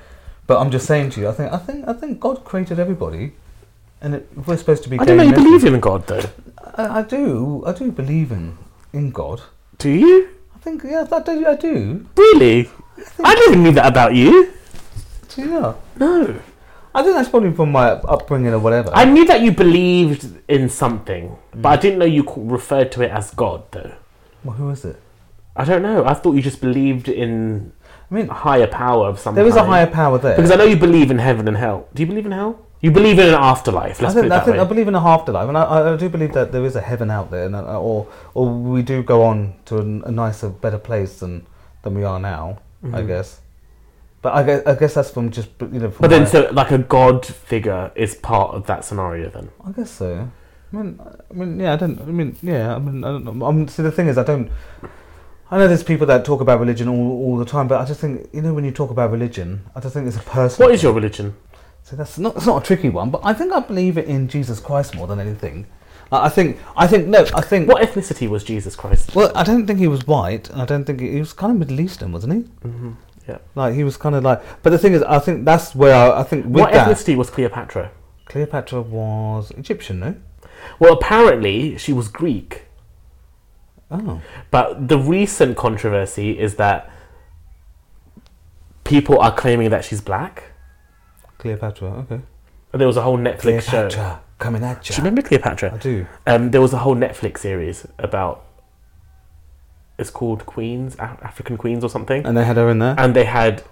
S2: But I'm just saying to you, I think, I think, I think God created everybody, and it, if we're supposed to be.
S1: I don't know.
S2: gay
S1: You
S2: and
S1: believe in God, though,
S2: lesbian- I, I do. I do believe in in God.
S1: do you?
S2: I think, yeah, I do. I do.
S1: Really? I never knew that about you.
S2: Do you know?
S1: No.
S2: I think that's probably from my upbringing or whatever.
S1: I knew that you believed in something, but I didn't know you ca- referred to it as God, though.
S2: well, who is it?
S1: I don't know. I thought you just believed in
S2: I mean,
S1: a higher power of some
S2: there is a
S1: kind.
S2: higher power there.
S1: Ah, Because I know you believe in heaven and hell. Do you believe in hell? You believe in an afterlife,
S2: I
S1: let's put it
S2: think, I,
S1: that
S2: think
S1: way.
S2: I believe in a afterlife, and I- I, I do believe that there is a heaven out there, and uh, or or we do go on to a, a nicer, better place than than we are now. I
S1: Mm-hmm.
S2: guess, but I guess, I guess that's from just you know. From
S1: but then,
S2: my-
S1: so, like, a God figure is part of that scenario, then.
S2: I guess so. I mean, I mean, yeah, I don't. I mean, yeah, I mean, I don't know. I'm, see, the thing is, I don't. I know there's people that talk about religion all, all the time, but I just think you know when you talk about religion, I just think it's a personal.
S1: What is your religion?
S2: So that's not it's not a tricky one, but I think I believe it in Jesus Christ more than anything. Uh, I I think I think no, I think
S1: What ethnicity was Jesus Christ?
S2: well, I don't think he was white, and I don't think he, he was kind of Middle Eastern, wasn't he?
S1: Mm-hmm. Yeah.
S2: Like he was kind of like. But the thing is, I think that's where I, I think with
S1: What
S2: that
S1: ethnicity was Cleopatra?
S2: Cleopatra was Egyptian, no?
S1: Well, apparently, she was Greek.
S2: Oh,
S1: But the recent controversy is that people are claiming that she's black.
S2: Cleopatra. Okay.
S1: And There was a whole Netflix show.
S2: Cleopatra coming at
S1: Do you
S2: you.
S1: remember Cleopatra?
S2: I do.
S1: Um, there was a whole Netflix series about. It's called Queens, Af- African Queens or something.
S2: And they had her in there.
S1: And they had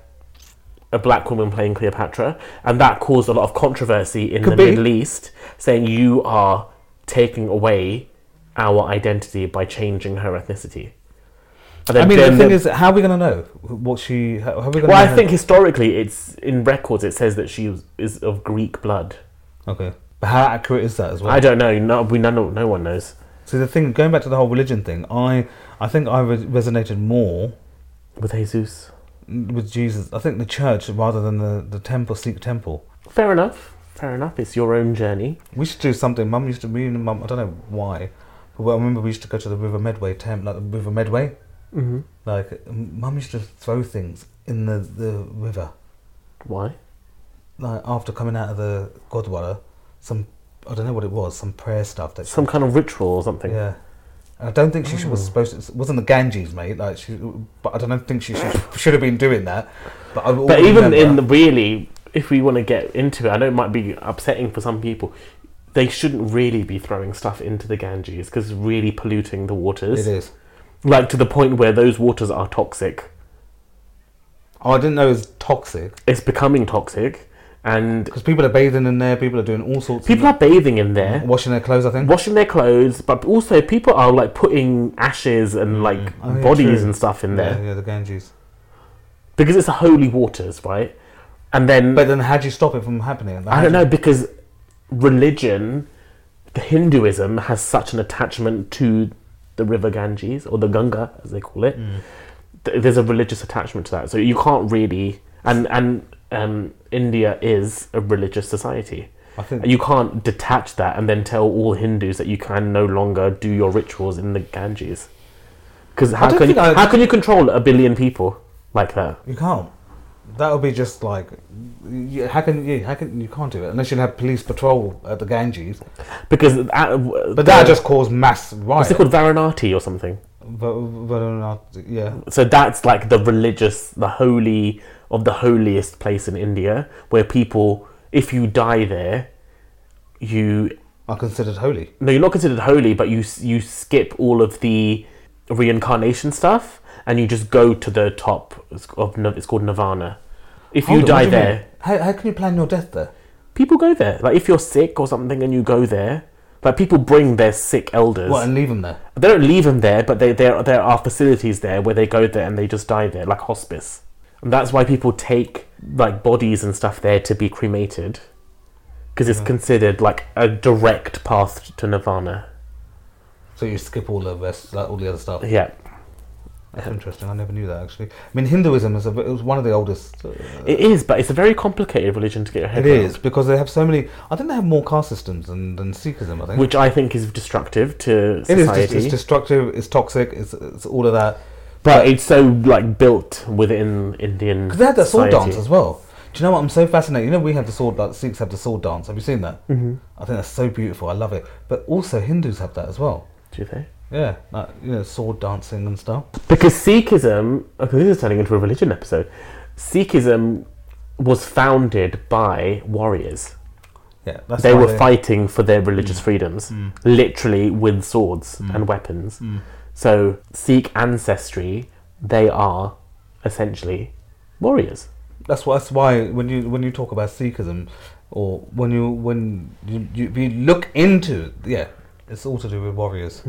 S1: a black woman playing Cleopatra. And that caused a lot of controversy in
S2: Could
S1: the
S2: be.
S1: Middle East, saying you are taking away our identity by changing her ethnicity. And then-
S2: I mean,
S1: then
S2: the thing
S1: the-
S2: is, how are we going to know what she? How how are we going?
S1: well, I think historically, it's in records. It says that she was, is of Greek blood.
S2: Okay, but how accurate is that as well?
S1: I don't know. No, we none, no one knows
S2: See, the thing going back to the whole religion thing, I I think I re- resonated more
S1: with Jesus.
S2: with Jesus. I think the church rather than the the temple, Sikh temple.
S1: Fair enough. Fair enough. It's your own journey.
S2: We should do something. Mum used to. Me and Mum. I don't know why, but I remember we used to go to the River Medway temple, like the River Medway. Mm-hmm. Like m- Mum used to throw things in the the river.
S1: Why?
S2: Like after coming out of the Godwara, some I don't know what it was, some prayer stuff that she
S1: Some kind of ritual or something.
S2: Yeah. And I don't think she
S1: Oh.
S2: was supposed to. It wasn't the Ganges, mate. Like she, but I don't think she should, should have been doing that. But, I
S1: But even in the really, if we want to get into it, I know it might be upsetting for some people. They shouldn't really be throwing stuff into the Ganges because it's really polluting the waters.
S2: it is.
S1: Like to the point where those waters are toxic.
S2: Oh, I didn't know it was toxic
S1: It's becoming toxic, and
S2: because people are bathing in there. People are doing all sorts.
S1: people are bathing in there.
S2: of, washing their clothes. I think.
S1: washing their clothes, but also people are like putting ashes and like
S2: Oh, yeah,
S1: bodies
S2: true.
S1: and stuff in there
S2: Yeah, yeah, the Ganges.
S1: because it's the holy waters, right? And then
S2: But then, how do you stop it from happening?
S1: I don't know because religion, the Hinduism has such an attachment to the river Ganges or the Ganga as they call it.
S2: Mm.
S1: Th- There's a religious attachment to that, so you can't really and and um, India is a religious society.
S2: I think-
S1: You can't detach that and then tell all Hindus that you can no longer do your rituals in the Ganges. Because how
S2: don't
S1: can you,
S2: think I-
S1: how can you control a billion people like that?
S2: You can't. That would be just like, you- how can you? How can you can't do it unless you have police patrol at the Ganges?
S1: Because
S2: But that just cause mass riots.
S1: what's it called Varanati or something?
S2: But, but uh, not- yeah.
S1: so that's like the religious the holy of the holiest place in india where people if you die there you
S2: are considered holy.
S1: no you're not considered holy but you s- you skip all of the reincarnation stuff and you just go to the top It's of Nir- it's called nirvana if you
S2: Hold on,
S1: die
S2: what do
S1: there
S2: mean? how, how can you plan your death there?
S1: people go there like if you're sick or something and you go there like people bring their sick elders
S2: What and leave them there?
S1: they don't leave them there, but they, there there are facilities there where they go there and they just die there, like hospice. And that's why people take like bodies and stuff there to be cremated, because it's
S2: Mm-hmm.
S1: considered like a direct path to nirvana.
S2: So you skip all the rest, like all the other stuff.
S1: Yeah,
S2: That's interesting. I never knew that actually. I mean, Hinduism is a, it was one of the oldest. Uh,
S1: it is, but it's a very complicated religion to get your head
S2: it
S1: around,
S2: is because they have so many. I think they have more caste systems than, than Sikhism. I think
S1: which I think is destructive to
S2: it is.
S1: society.
S2: just- It's destructive. It's toxic. It's, it's all of that.
S1: but it's so like built within Indian.
S2: Because they had that sword
S1: society.
S2: dance as well. Do you know what? I'm so fascinated. You know, we have the sword, like Sikhs have the sword dance. Have you seen that? Mm-hmm. I think that's so beautiful. I love it. But also Hindus have that as well.
S1: Do they?
S2: Yeah, like, you know, sword dancing and stuff.
S1: Because Sikhism, okay, this is turning into a religion episode. Sikhism was founded by warriors.
S2: Yeah, that's Mm.
S1: They
S2: why
S1: were fighting for their religious freedoms, literally with swords
S2: Mm.
S1: and weapons. So, Sikh ancestry, they are essentially warriors.
S2: That's why. That's why when you when you talk about Sikhism, or when you when you, you, you look into yeah, it's all to do with warriors,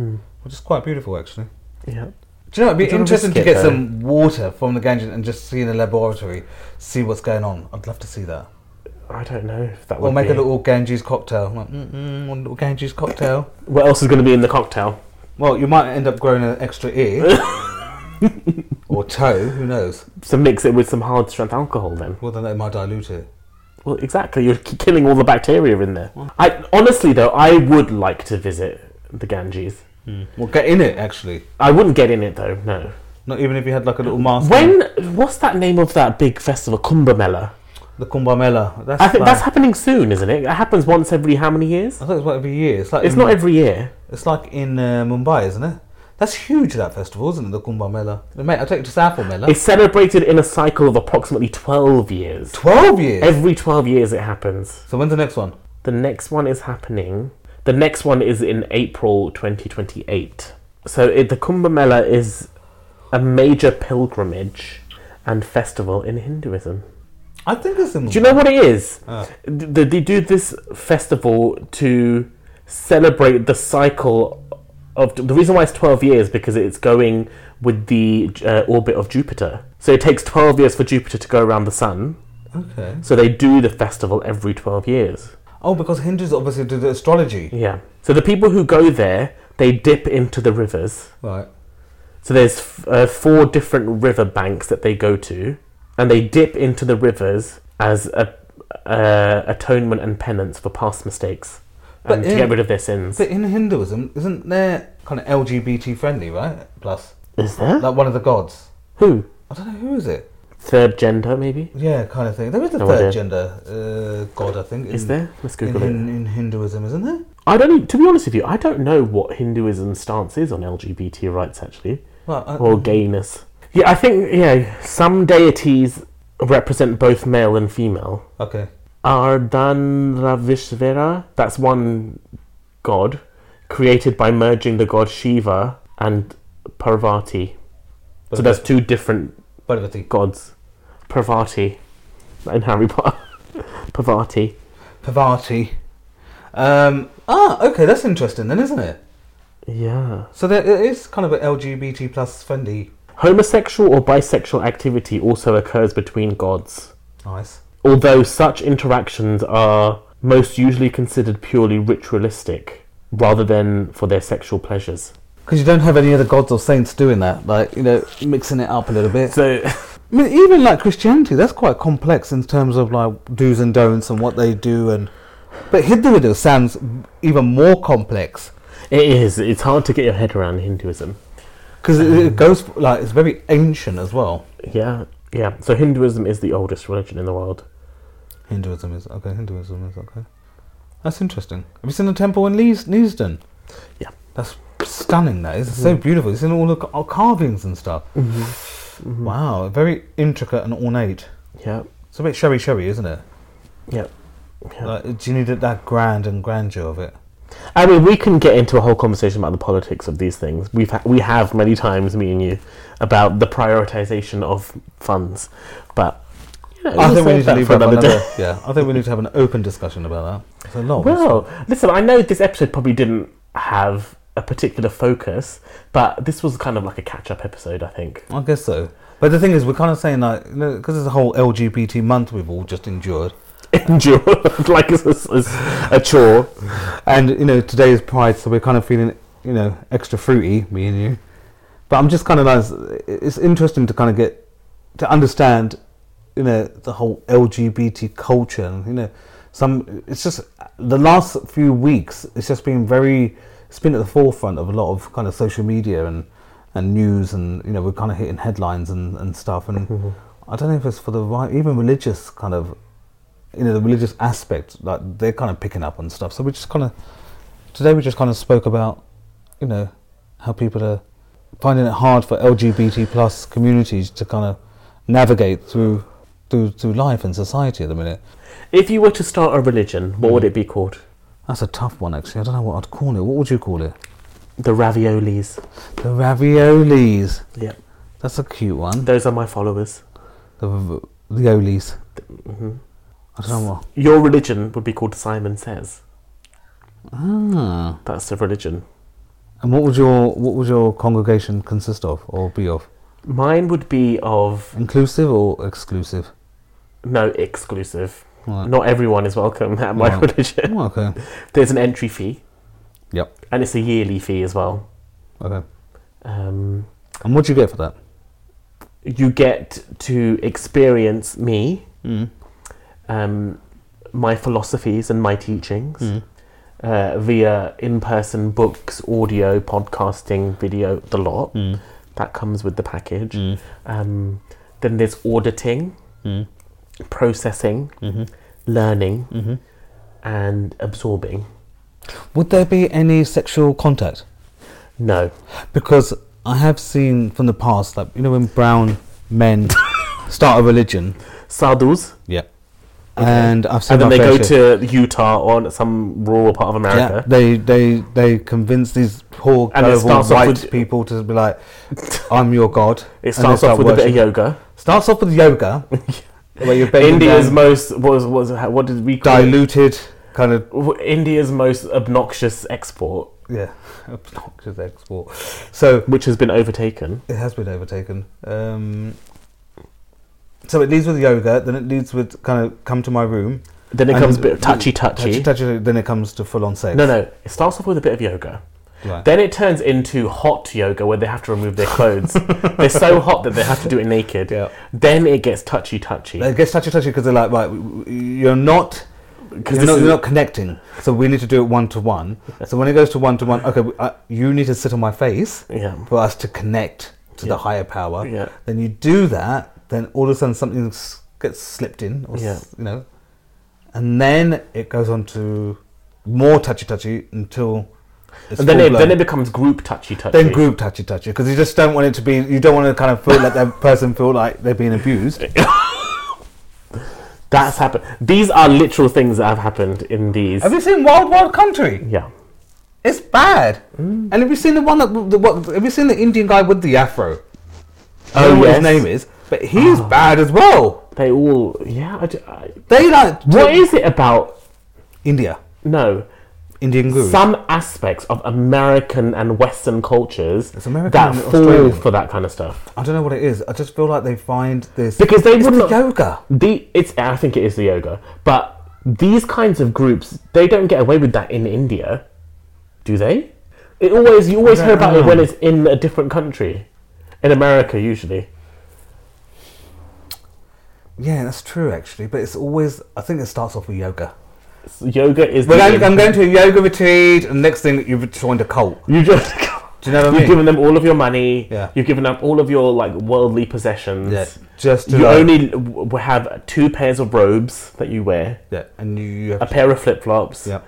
S2: which is quite beautiful actually.
S1: Yeah.
S2: Do you know it'd
S1: Hmm.
S2: be
S1: It's on a
S2: interesting to
S1: biscuit,
S2: get
S1: though.
S2: some water from the Ganges and just see in a laboratory, see what's going on. I'd love to see that.
S1: I don't know if that
S2: Or
S1: would
S2: make
S1: be.
S2: a little Ganges cocktail. Like, mm-mm, one little Ganges cocktail.
S1: What else is going to be in the cocktail?
S2: Well, you might end up growing an extra ear or toe. Who knows?
S1: So, mix it with some hard strength alcohol then.
S2: Well, then they might dilute it.
S1: Well, exactly. You're k- killing all the bacteria in there. I Honestly, though, I would like to visit the Ganges.
S2: Well, get in it actually.
S1: I wouldn't get in it though. No.
S2: Not even if you had like a little mask. on.
S1: When? What's that name of that big festival? Kumbh Mela.
S2: The Kumbh Mela. That's
S1: I think
S2: like-
S1: that's happening soon, isn't it? It happens once every how many years?
S2: I thought it's like every year. It's like
S1: It's
S2: in,
S1: not every year.
S2: It's like in uh, Mumbai, isn't it? That's huge. That festival, isn't it? The Kumbh Mela. Mate, I take you to South Mela.
S1: It's celebrated in a cycle of approximately twelve years.
S2: twelve years.
S1: Every twelve years it happens.
S2: so when's the next one?
S1: The next one is happening. The next one is in April 2028. So it, the Kumbh Mela is a major pilgrimage and festival in Hinduism.
S2: I think it's in.
S1: Do you know what it is? Th- They, do this festival to celebrate the cycle of the reason why it's 12 years because it's going with the uh, orbit of Jupiter. So it takes 12 years for Jupiter to go around the sun.
S2: Okay.
S1: So they do the festival every 12 years.
S2: Oh, because Hindus obviously do the astrology.
S1: Yeah. So the people who go there, they dip into the rivers.
S2: Right.
S1: So there's f- uh, four different river banks that they go to, and they dip into the rivers as a uh, atonement and penance for past mistakes,
S2: But
S1: and to
S2: in-
S1: get rid of their sins.
S2: But in Hinduism, isn't there kind of LGBT friendly, right? Plus,
S1: Is there
S2: like one of the gods.
S1: who
S2: I don't know who is it.
S1: third gender maybe?
S2: Yeah, kind of thing. There is a
S1: No
S2: third
S1: idea.
S2: gender uh, god, I think.
S1: Is
S2: in-
S1: there? Let's
S2: in,
S1: Google it.
S2: in, in Hinduism, isn't there?
S1: I don't. e- To be honest with you, I don't know what Hinduism's stance is on LGBT rights actually,
S2: Well, uh, I,
S1: or gayness. Yeah, I think yeah, some deities represent both male and female.
S2: okay.
S1: Ardhanravishvara, that's one god, created by merging the god Shiva and Parvati. So that's two different
S2: Parvati.
S1: gods. Parvati, in Harry Potter. Parvati.
S2: Parvati. Um, ah, okay, that's interesting then, isn't it?
S1: Yeah.
S2: So there it is kind of an LGBT plus friendly.
S1: Homosexual or bisexual activity also occurs between gods.
S2: Nice.
S1: although such interactions are most usually considered purely ritualistic rather than for their sexual pleasures.
S2: Because you don't have any other gods or saints doing that, like you know, mixing it up a little bit.
S1: So,
S2: I mean, even like Christianity, that's quite complex in terms of like do's and don'ts and what they do, and but Hinduism sounds even more complex
S1: it is. It's hard to get your head around Hinduism.
S2: because it, it goes like it's very ancient as well.
S1: Yeah, yeah. So, Hinduism is the oldest religion in the world.
S2: Hinduism is okay. Hinduism is okay. That's interesting. Have you seen the temple in Lees, Neasden?
S1: Yeah. Mm-hmm.
S2: That's stunning. That is It's so beautiful. It's in all the ca- all carvings and stuff.
S1: Mm-hmm.
S2: Wow, very intricate and ornate.
S1: Yeah,
S2: It's a bit showy, showy, isn't it?
S1: yeah. Yeah.
S2: Like, do you need that, that grand and grandeur of it?
S1: I mean, we can get into a whole conversation about the politics of these things. We've ha- we have many times, me and you, about the prioritization of funds, but you know,
S2: I
S1: we'll
S2: think we
S1: save
S2: need to
S1: that
S2: leave
S1: for
S2: that
S1: another day.
S2: Yeah, I think we need to have an open discussion about that. It's a lot.
S1: Well, listen, I know this episode probably didn't have a particular focus, but this was kind of like a catch up episode, I think.
S2: I guess so. But the thing is, we're kind of saying like, you know, because there's a whole LGBT month we've all just endured.
S1: Endure, like it's, it's, it's a chore.
S2: And you know, today is Pride, so we're kind of feeling you know extra fruity, me and you. But I'm just kind of like, it's interesting to kind of get to understand, you know, the whole LGBT culture. And, you know, some it's just the last few weeks, it's just been very, it's been at the forefront of a lot of kind of social media and and news, and you know, we're kind of hitting headlines and and stuff. And I don't know if it's for the right, even religious kind of you know the religious aspect like they're kind of picking up on stuff so we just kind of today we just kind of spoke about you know how people are finding it hard for lgbt plus communities to kind of navigate through through through life and society at the minute
S1: If you were to start a religion, what
S2: Hmm.
S1: would it be called?
S2: that's a tough one actually i don't know what i'd call it what would you call it
S1: The raviolis.
S2: the raviolis
S1: Yep.
S2: that's a cute one
S1: Those are my followers.
S2: the v- the olies i don't know what
S1: Your religion would be called Simon Says.
S2: ah.
S1: That's the religion.
S2: and what would your what would your congregation consist of or be of
S1: Mine would be of
S2: inclusive or exclusive
S1: no exclusive.
S2: Right.
S1: Not everyone is welcome at my
S2: Right.
S1: religion.
S2: Oh, okay.
S1: There's an entry fee,
S2: Yep.
S1: and it's a yearly fee as well.
S2: Okay.
S1: Um,
S2: And what do you get for that?
S1: you get to experience me,
S2: Mm.
S1: um, my philosophies and my teachings
S2: Mm.
S1: uh, via in-person books, audio, podcasting, video, the lot.
S2: Mm.
S1: That comes with the package. Um, then there's auditing,
S2: Mm.
S1: processing,
S2: Mm-hmm.
S1: learning, and absorbing.
S2: Would there be any sexual contact?
S1: No,
S2: Because I have seen from the past that you know when brown men start a religion.
S1: sadhus,
S2: Yeah. And I've seen
S1: and then
S2: my
S1: they go
S2: fair share.
S1: to Utah or some rural part of
S2: yeah,
S1: America.
S2: they they they convince these poor
S1: And it
S2: gullible
S1: starts off
S2: white
S1: with-
S2: people to be like, "I'm your god."
S1: It
S2: and they
S1: starts
S2: start
S1: off with a bit of
S2: worship-
S1: yoga.
S2: Starts off with yoga, where you're bending
S1: India's
S2: down,
S1: most what was, what was how- what did we call it?
S2: diluted kind of
S1: W- India's most obnoxious export
S2: yeah, obnoxious export. So
S1: which has been overtaken.
S2: it has been overtaken. Um, so it leads with yoga, then it leads with kind of come to my room.
S1: Then it
S2: and-
S1: comes a bit of touchy-touchy.
S2: touchy-touchy, Then it comes to full on sex.
S1: No, no. It starts off with a bit of yoga.
S2: Right.
S1: Then it turns into hot yoga where they have to remove their clothes. They're so hot that they have to do it naked.
S2: Yeah.
S1: Then it gets touchy touchy.
S2: It gets touchy touchy because they're like, right, w- w- you're not.
S1: Because
S2: You're not, you're not connecting, so we need to do it one to one. So when it goes to one to one, okay, w- uh, you need to sit on my face
S1: Yeah.
S2: for us to connect to the higher power.
S1: Yeah.
S2: Then you do that, then all of a sudden something s- gets slipped in, or s-
S1: Yeah.
S2: you know, and then it goes on to more touchy touchy until. It's
S1: and then it,
S2: full-blown.
S1: then it becomes group touchy touchy.
S2: Then group touchy touchy because you just don't want it to be. You don't want to kind of feel like that person feel like they're being abused.
S1: That's happened. These are literal things that have happened in these.
S2: Have you seen Wild Wild Country?
S1: yeah.
S2: It's bad.
S1: Mm.
S2: And have you seen the one that the, what, have you seen the Indian guy with the afro? I
S1: Oh, yes.
S2: don't know
S1: Oh.
S2: what his name is, but he's bad as well.
S1: They all. Yeah. I, d- I-
S2: They like
S1: what is it about.
S2: India,
S1: No.
S2: Indian guru.
S1: Some aspects of American and Western cultures
S2: American
S1: that
S2: and
S1: fall
S2: Australian.
S1: for that kind of stuff.
S2: I don't know what it is. I just feel like they find this
S1: Because they
S2: it's
S1: would
S2: the
S1: not-
S2: yoga.
S1: The it's I think it is the yoga, but these kinds of groups they don't get away with that in India, do they? It always you always
S2: I
S1: hear
S2: don't
S1: about it
S2: know.
S1: when it's in a different country, in America usually.
S2: Yeah, that's true actually, but it's always. I think it starts off with yoga.
S1: So Yoga is.
S2: But
S1: the
S2: I'm, I'm going to a yoga retreat, and next thing you've joined a cult.
S1: You just.
S2: Do you know what I
S1: You've
S2: mean?
S1: given them all of your money.
S2: Yeah.
S1: You've given up all of your like worldly possessions.
S2: Yeah, just uh, to
S1: you
S2: like-
S1: only w- w- have two pairs of robes that you wear,
S2: Yeah, and you, you
S1: a
S2: have
S1: pair of flip flops,
S2: yeah,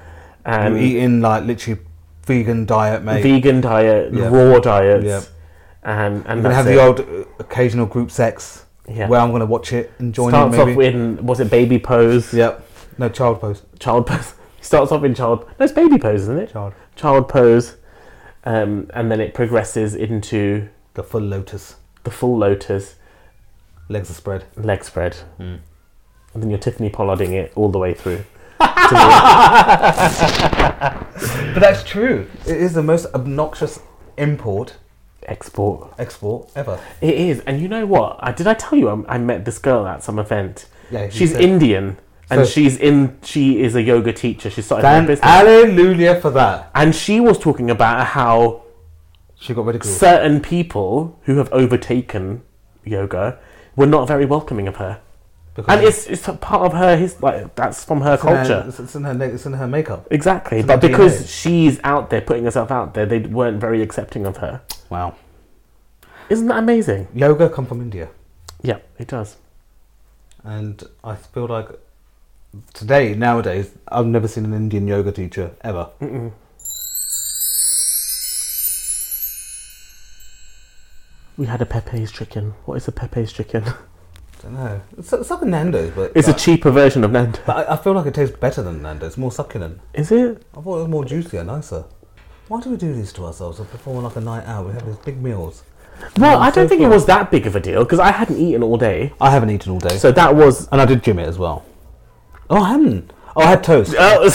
S1: and
S2: you're eating like literally vegan diet, mate.
S1: vegan diet,
S2: Yeah.
S1: raw diets,
S2: Yeah.
S1: and and
S2: I'm gonna
S1: that's
S2: have
S1: it.
S2: the old uh, occasional group sex
S1: Yeah.
S2: where I'm gonna watch it and join in
S1: starts
S2: maybe.
S1: off in was it baby pose?
S2: Yep. No child post.
S1: Child pose. Starts off in child. No, it's baby pose, isn't it?
S2: Child.
S1: Child pose, um, and then it progresses into
S2: The full lotus.
S1: the full lotus
S2: Legs are spread.
S1: leg spread,
S2: Hmm.
S1: and then you're Tiffany Pollarding it all the way through. to the-
S2: But that's true. It is the most obnoxious import
S1: export.
S2: export ever.
S1: It is, and you know what? I, did I tell you um, I, I met this girl at some event?
S2: Yeah, you
S1: she's
S2: said.
S1: Indian, and
S2: So-
S1: she's in. She is a yoga teacher. She started her own
S2: And
S1: business,
S2: hallelujah for that.
S1: and she was talking about how
S2: She got ridiculed.
S1: certain people who have overtaken yoga were not very welcoming of her.
S2: because
S1: And it's it's a part of her his like that's from her
S2: in her-
S1: culture.
S2: it's- it's in her. It's in her makeup.
S1: exactly.
S2: in her
S1: But because
S2: DNA.
S1: she's out there putting herself out there, they weren't very accepting of her.
S2: Wow.
S1: Isn't that amazing?
S2: Yoga come from India,
S1: Yeah, it does.
S2: and I feel like today nowadays I've never seen an Indian yoga teacher ever.
S1: We had a Pepe's chicken. What is a Pepe's chicken?
S2: don't know. It's, it's like a Nando's, but
S1: It's a
S2: but-
S1: cheaper version of Nando.
S2: But I, I feel like it tastes better than Nando's, more succulent.
S1: Is it?
S2: I thought it was more juicier, nicer. Why do we do this to ourselves before like a night out? We have these big meals.
S1: Well, I don't think it was that big of a deal because I hadn't eaten all day.
S2: I haven't eaten all day,
S1: So that was.
S2: and I did gym it as well. Oh, I haven't. Oh, I had toast.
S1: oh,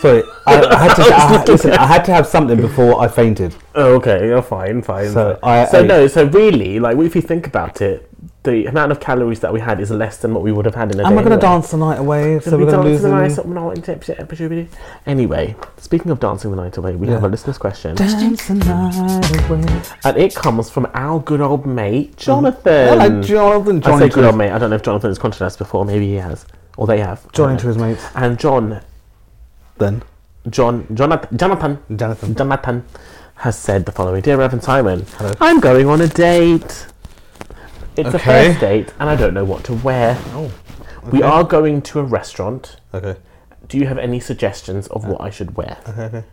S2: Sorry, I, I had to. I,
S1: I was
S2: had-
S1: looking
S2: listen, I had to have something before I fainted.
S1: Oh, okay, yeah, fine, fine.
S2: So
S1: fine.
S2: I
S1: so
S2: ate-
S1: no, so really, like if you think about it, the amount of calories that we had is less than what we would have had in a day.
S2: Am I going to
S1: anyway.
S2: dance the night away? So
S1: we
S2: we're going to
S1: dance
S2: lose.
S1: the night
S2: them.
S1: something like that? Anyway, speaking of dancing the night away, we have a listener's question,
S2: Dance the night away.
S1: and it comes from our good old mate Jonathan.
S2: I like Mm. Jonathan.
S1: I say
S2: Johnny
S1: good
S2: to,
S1: old
S2: his,
S1: mate. I don't know if Jonathan has contacted us before. Maybe he has, or they have.
S2: Johnny to his mates.
S1: And John,
S2: Then
S1: John, Jonathan, Jonathan,
S2: Jonathan.
S1: Jonathan has said the following Dear Reverend Simon,
S2: Hello.
S1: I'm going on a date. It's a
S2: Okay.
S1: first date, and I don't know what to wear.
S2: Oh,
S1: We are going to a restaurant.
S2: okay.
S1: Do you have any suggestions of what I should wear?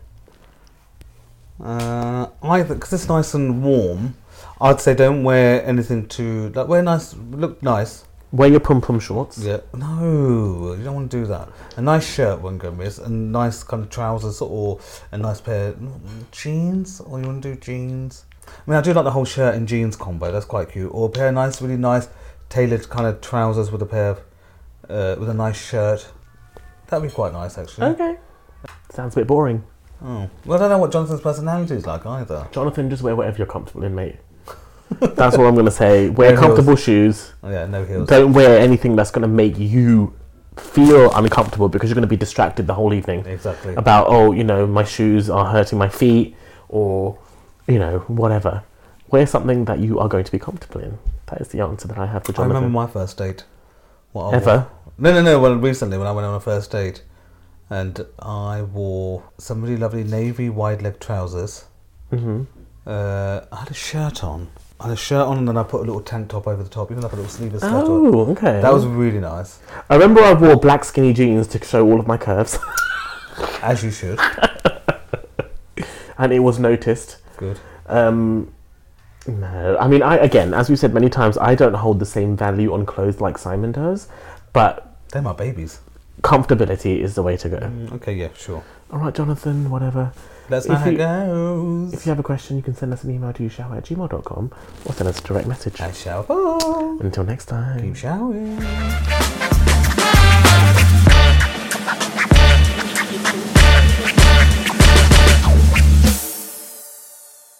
S2: Uh, I because it's nice and warm, I'd say don't wear anything too like wear nice, look nice.
S1: Wear your pom pom shorts.
S2: Yeah. No, you don't want to do that. A nice shirt won't go miss, and nice kind of trousers or a nice pair mm, jeans, or you want to do jeans. I mean, I do like the whole shirt and jeans combo. That's quite cute. Or a pair of nice, really nice tailored kind of trousers with a pair of uh, with a nice shirt. That'd be quite nice actually.
S1: Okay. Sounds a bit boring.
S2: Oh. Well, I don't know what Jonathan's personality is like either.
S1: Jonathan, just wear whatever you're comfortable in, mate. That's all I'm gonna say. Wear
S2: No heels.
S1: comfortable shoes.
S2: Oh, yeah, no heels.
S1: Don't wear anything that's gonna make you feel uncomfortable because you're gonna be distracted the whole evening.
S2: Exactly.
S1: About oh, you know, my shoes are hurting my feet, or you know, whatever. Wear something that you are going to be comfortable in. That is the answer that I have for
S2: I
S1: Jonathan.
S2: remember my first date. What I
S1: Ever?
S2: wore- No, no, no. Well, recently when I went on a first date, and I wore some really lovely navy wide leg trousers. Mm-hmm. Uh, I had a shirt on. I had a shirt on, and then I put a little tank top over the top, even like a little sleeveless top.
S1: oh, okay.
S2: That was really nice,
S1: I remember I wore black skinny jeans to show all of my curves,
S2: as you should.
S1: and it was noticed.
S2: Good.
S1: Um, no, I mean, I again, as we've said many times, I don't hold the same value on clothes like Simon does, but
S2: They're my babies. Mm,
S1: comfortability is the way to go.
S2: Okay, yeah, sure.
S1: All right, Jonathan, whatever.
S2: That's
S1: If
S2: not how it
S1: you-
S2: goes.
S1: If you have a question, you can send us an email to shower at gmail.com or send us a direct message.
S2: I shall go.
S1: Until next time.
S2: Keep showering.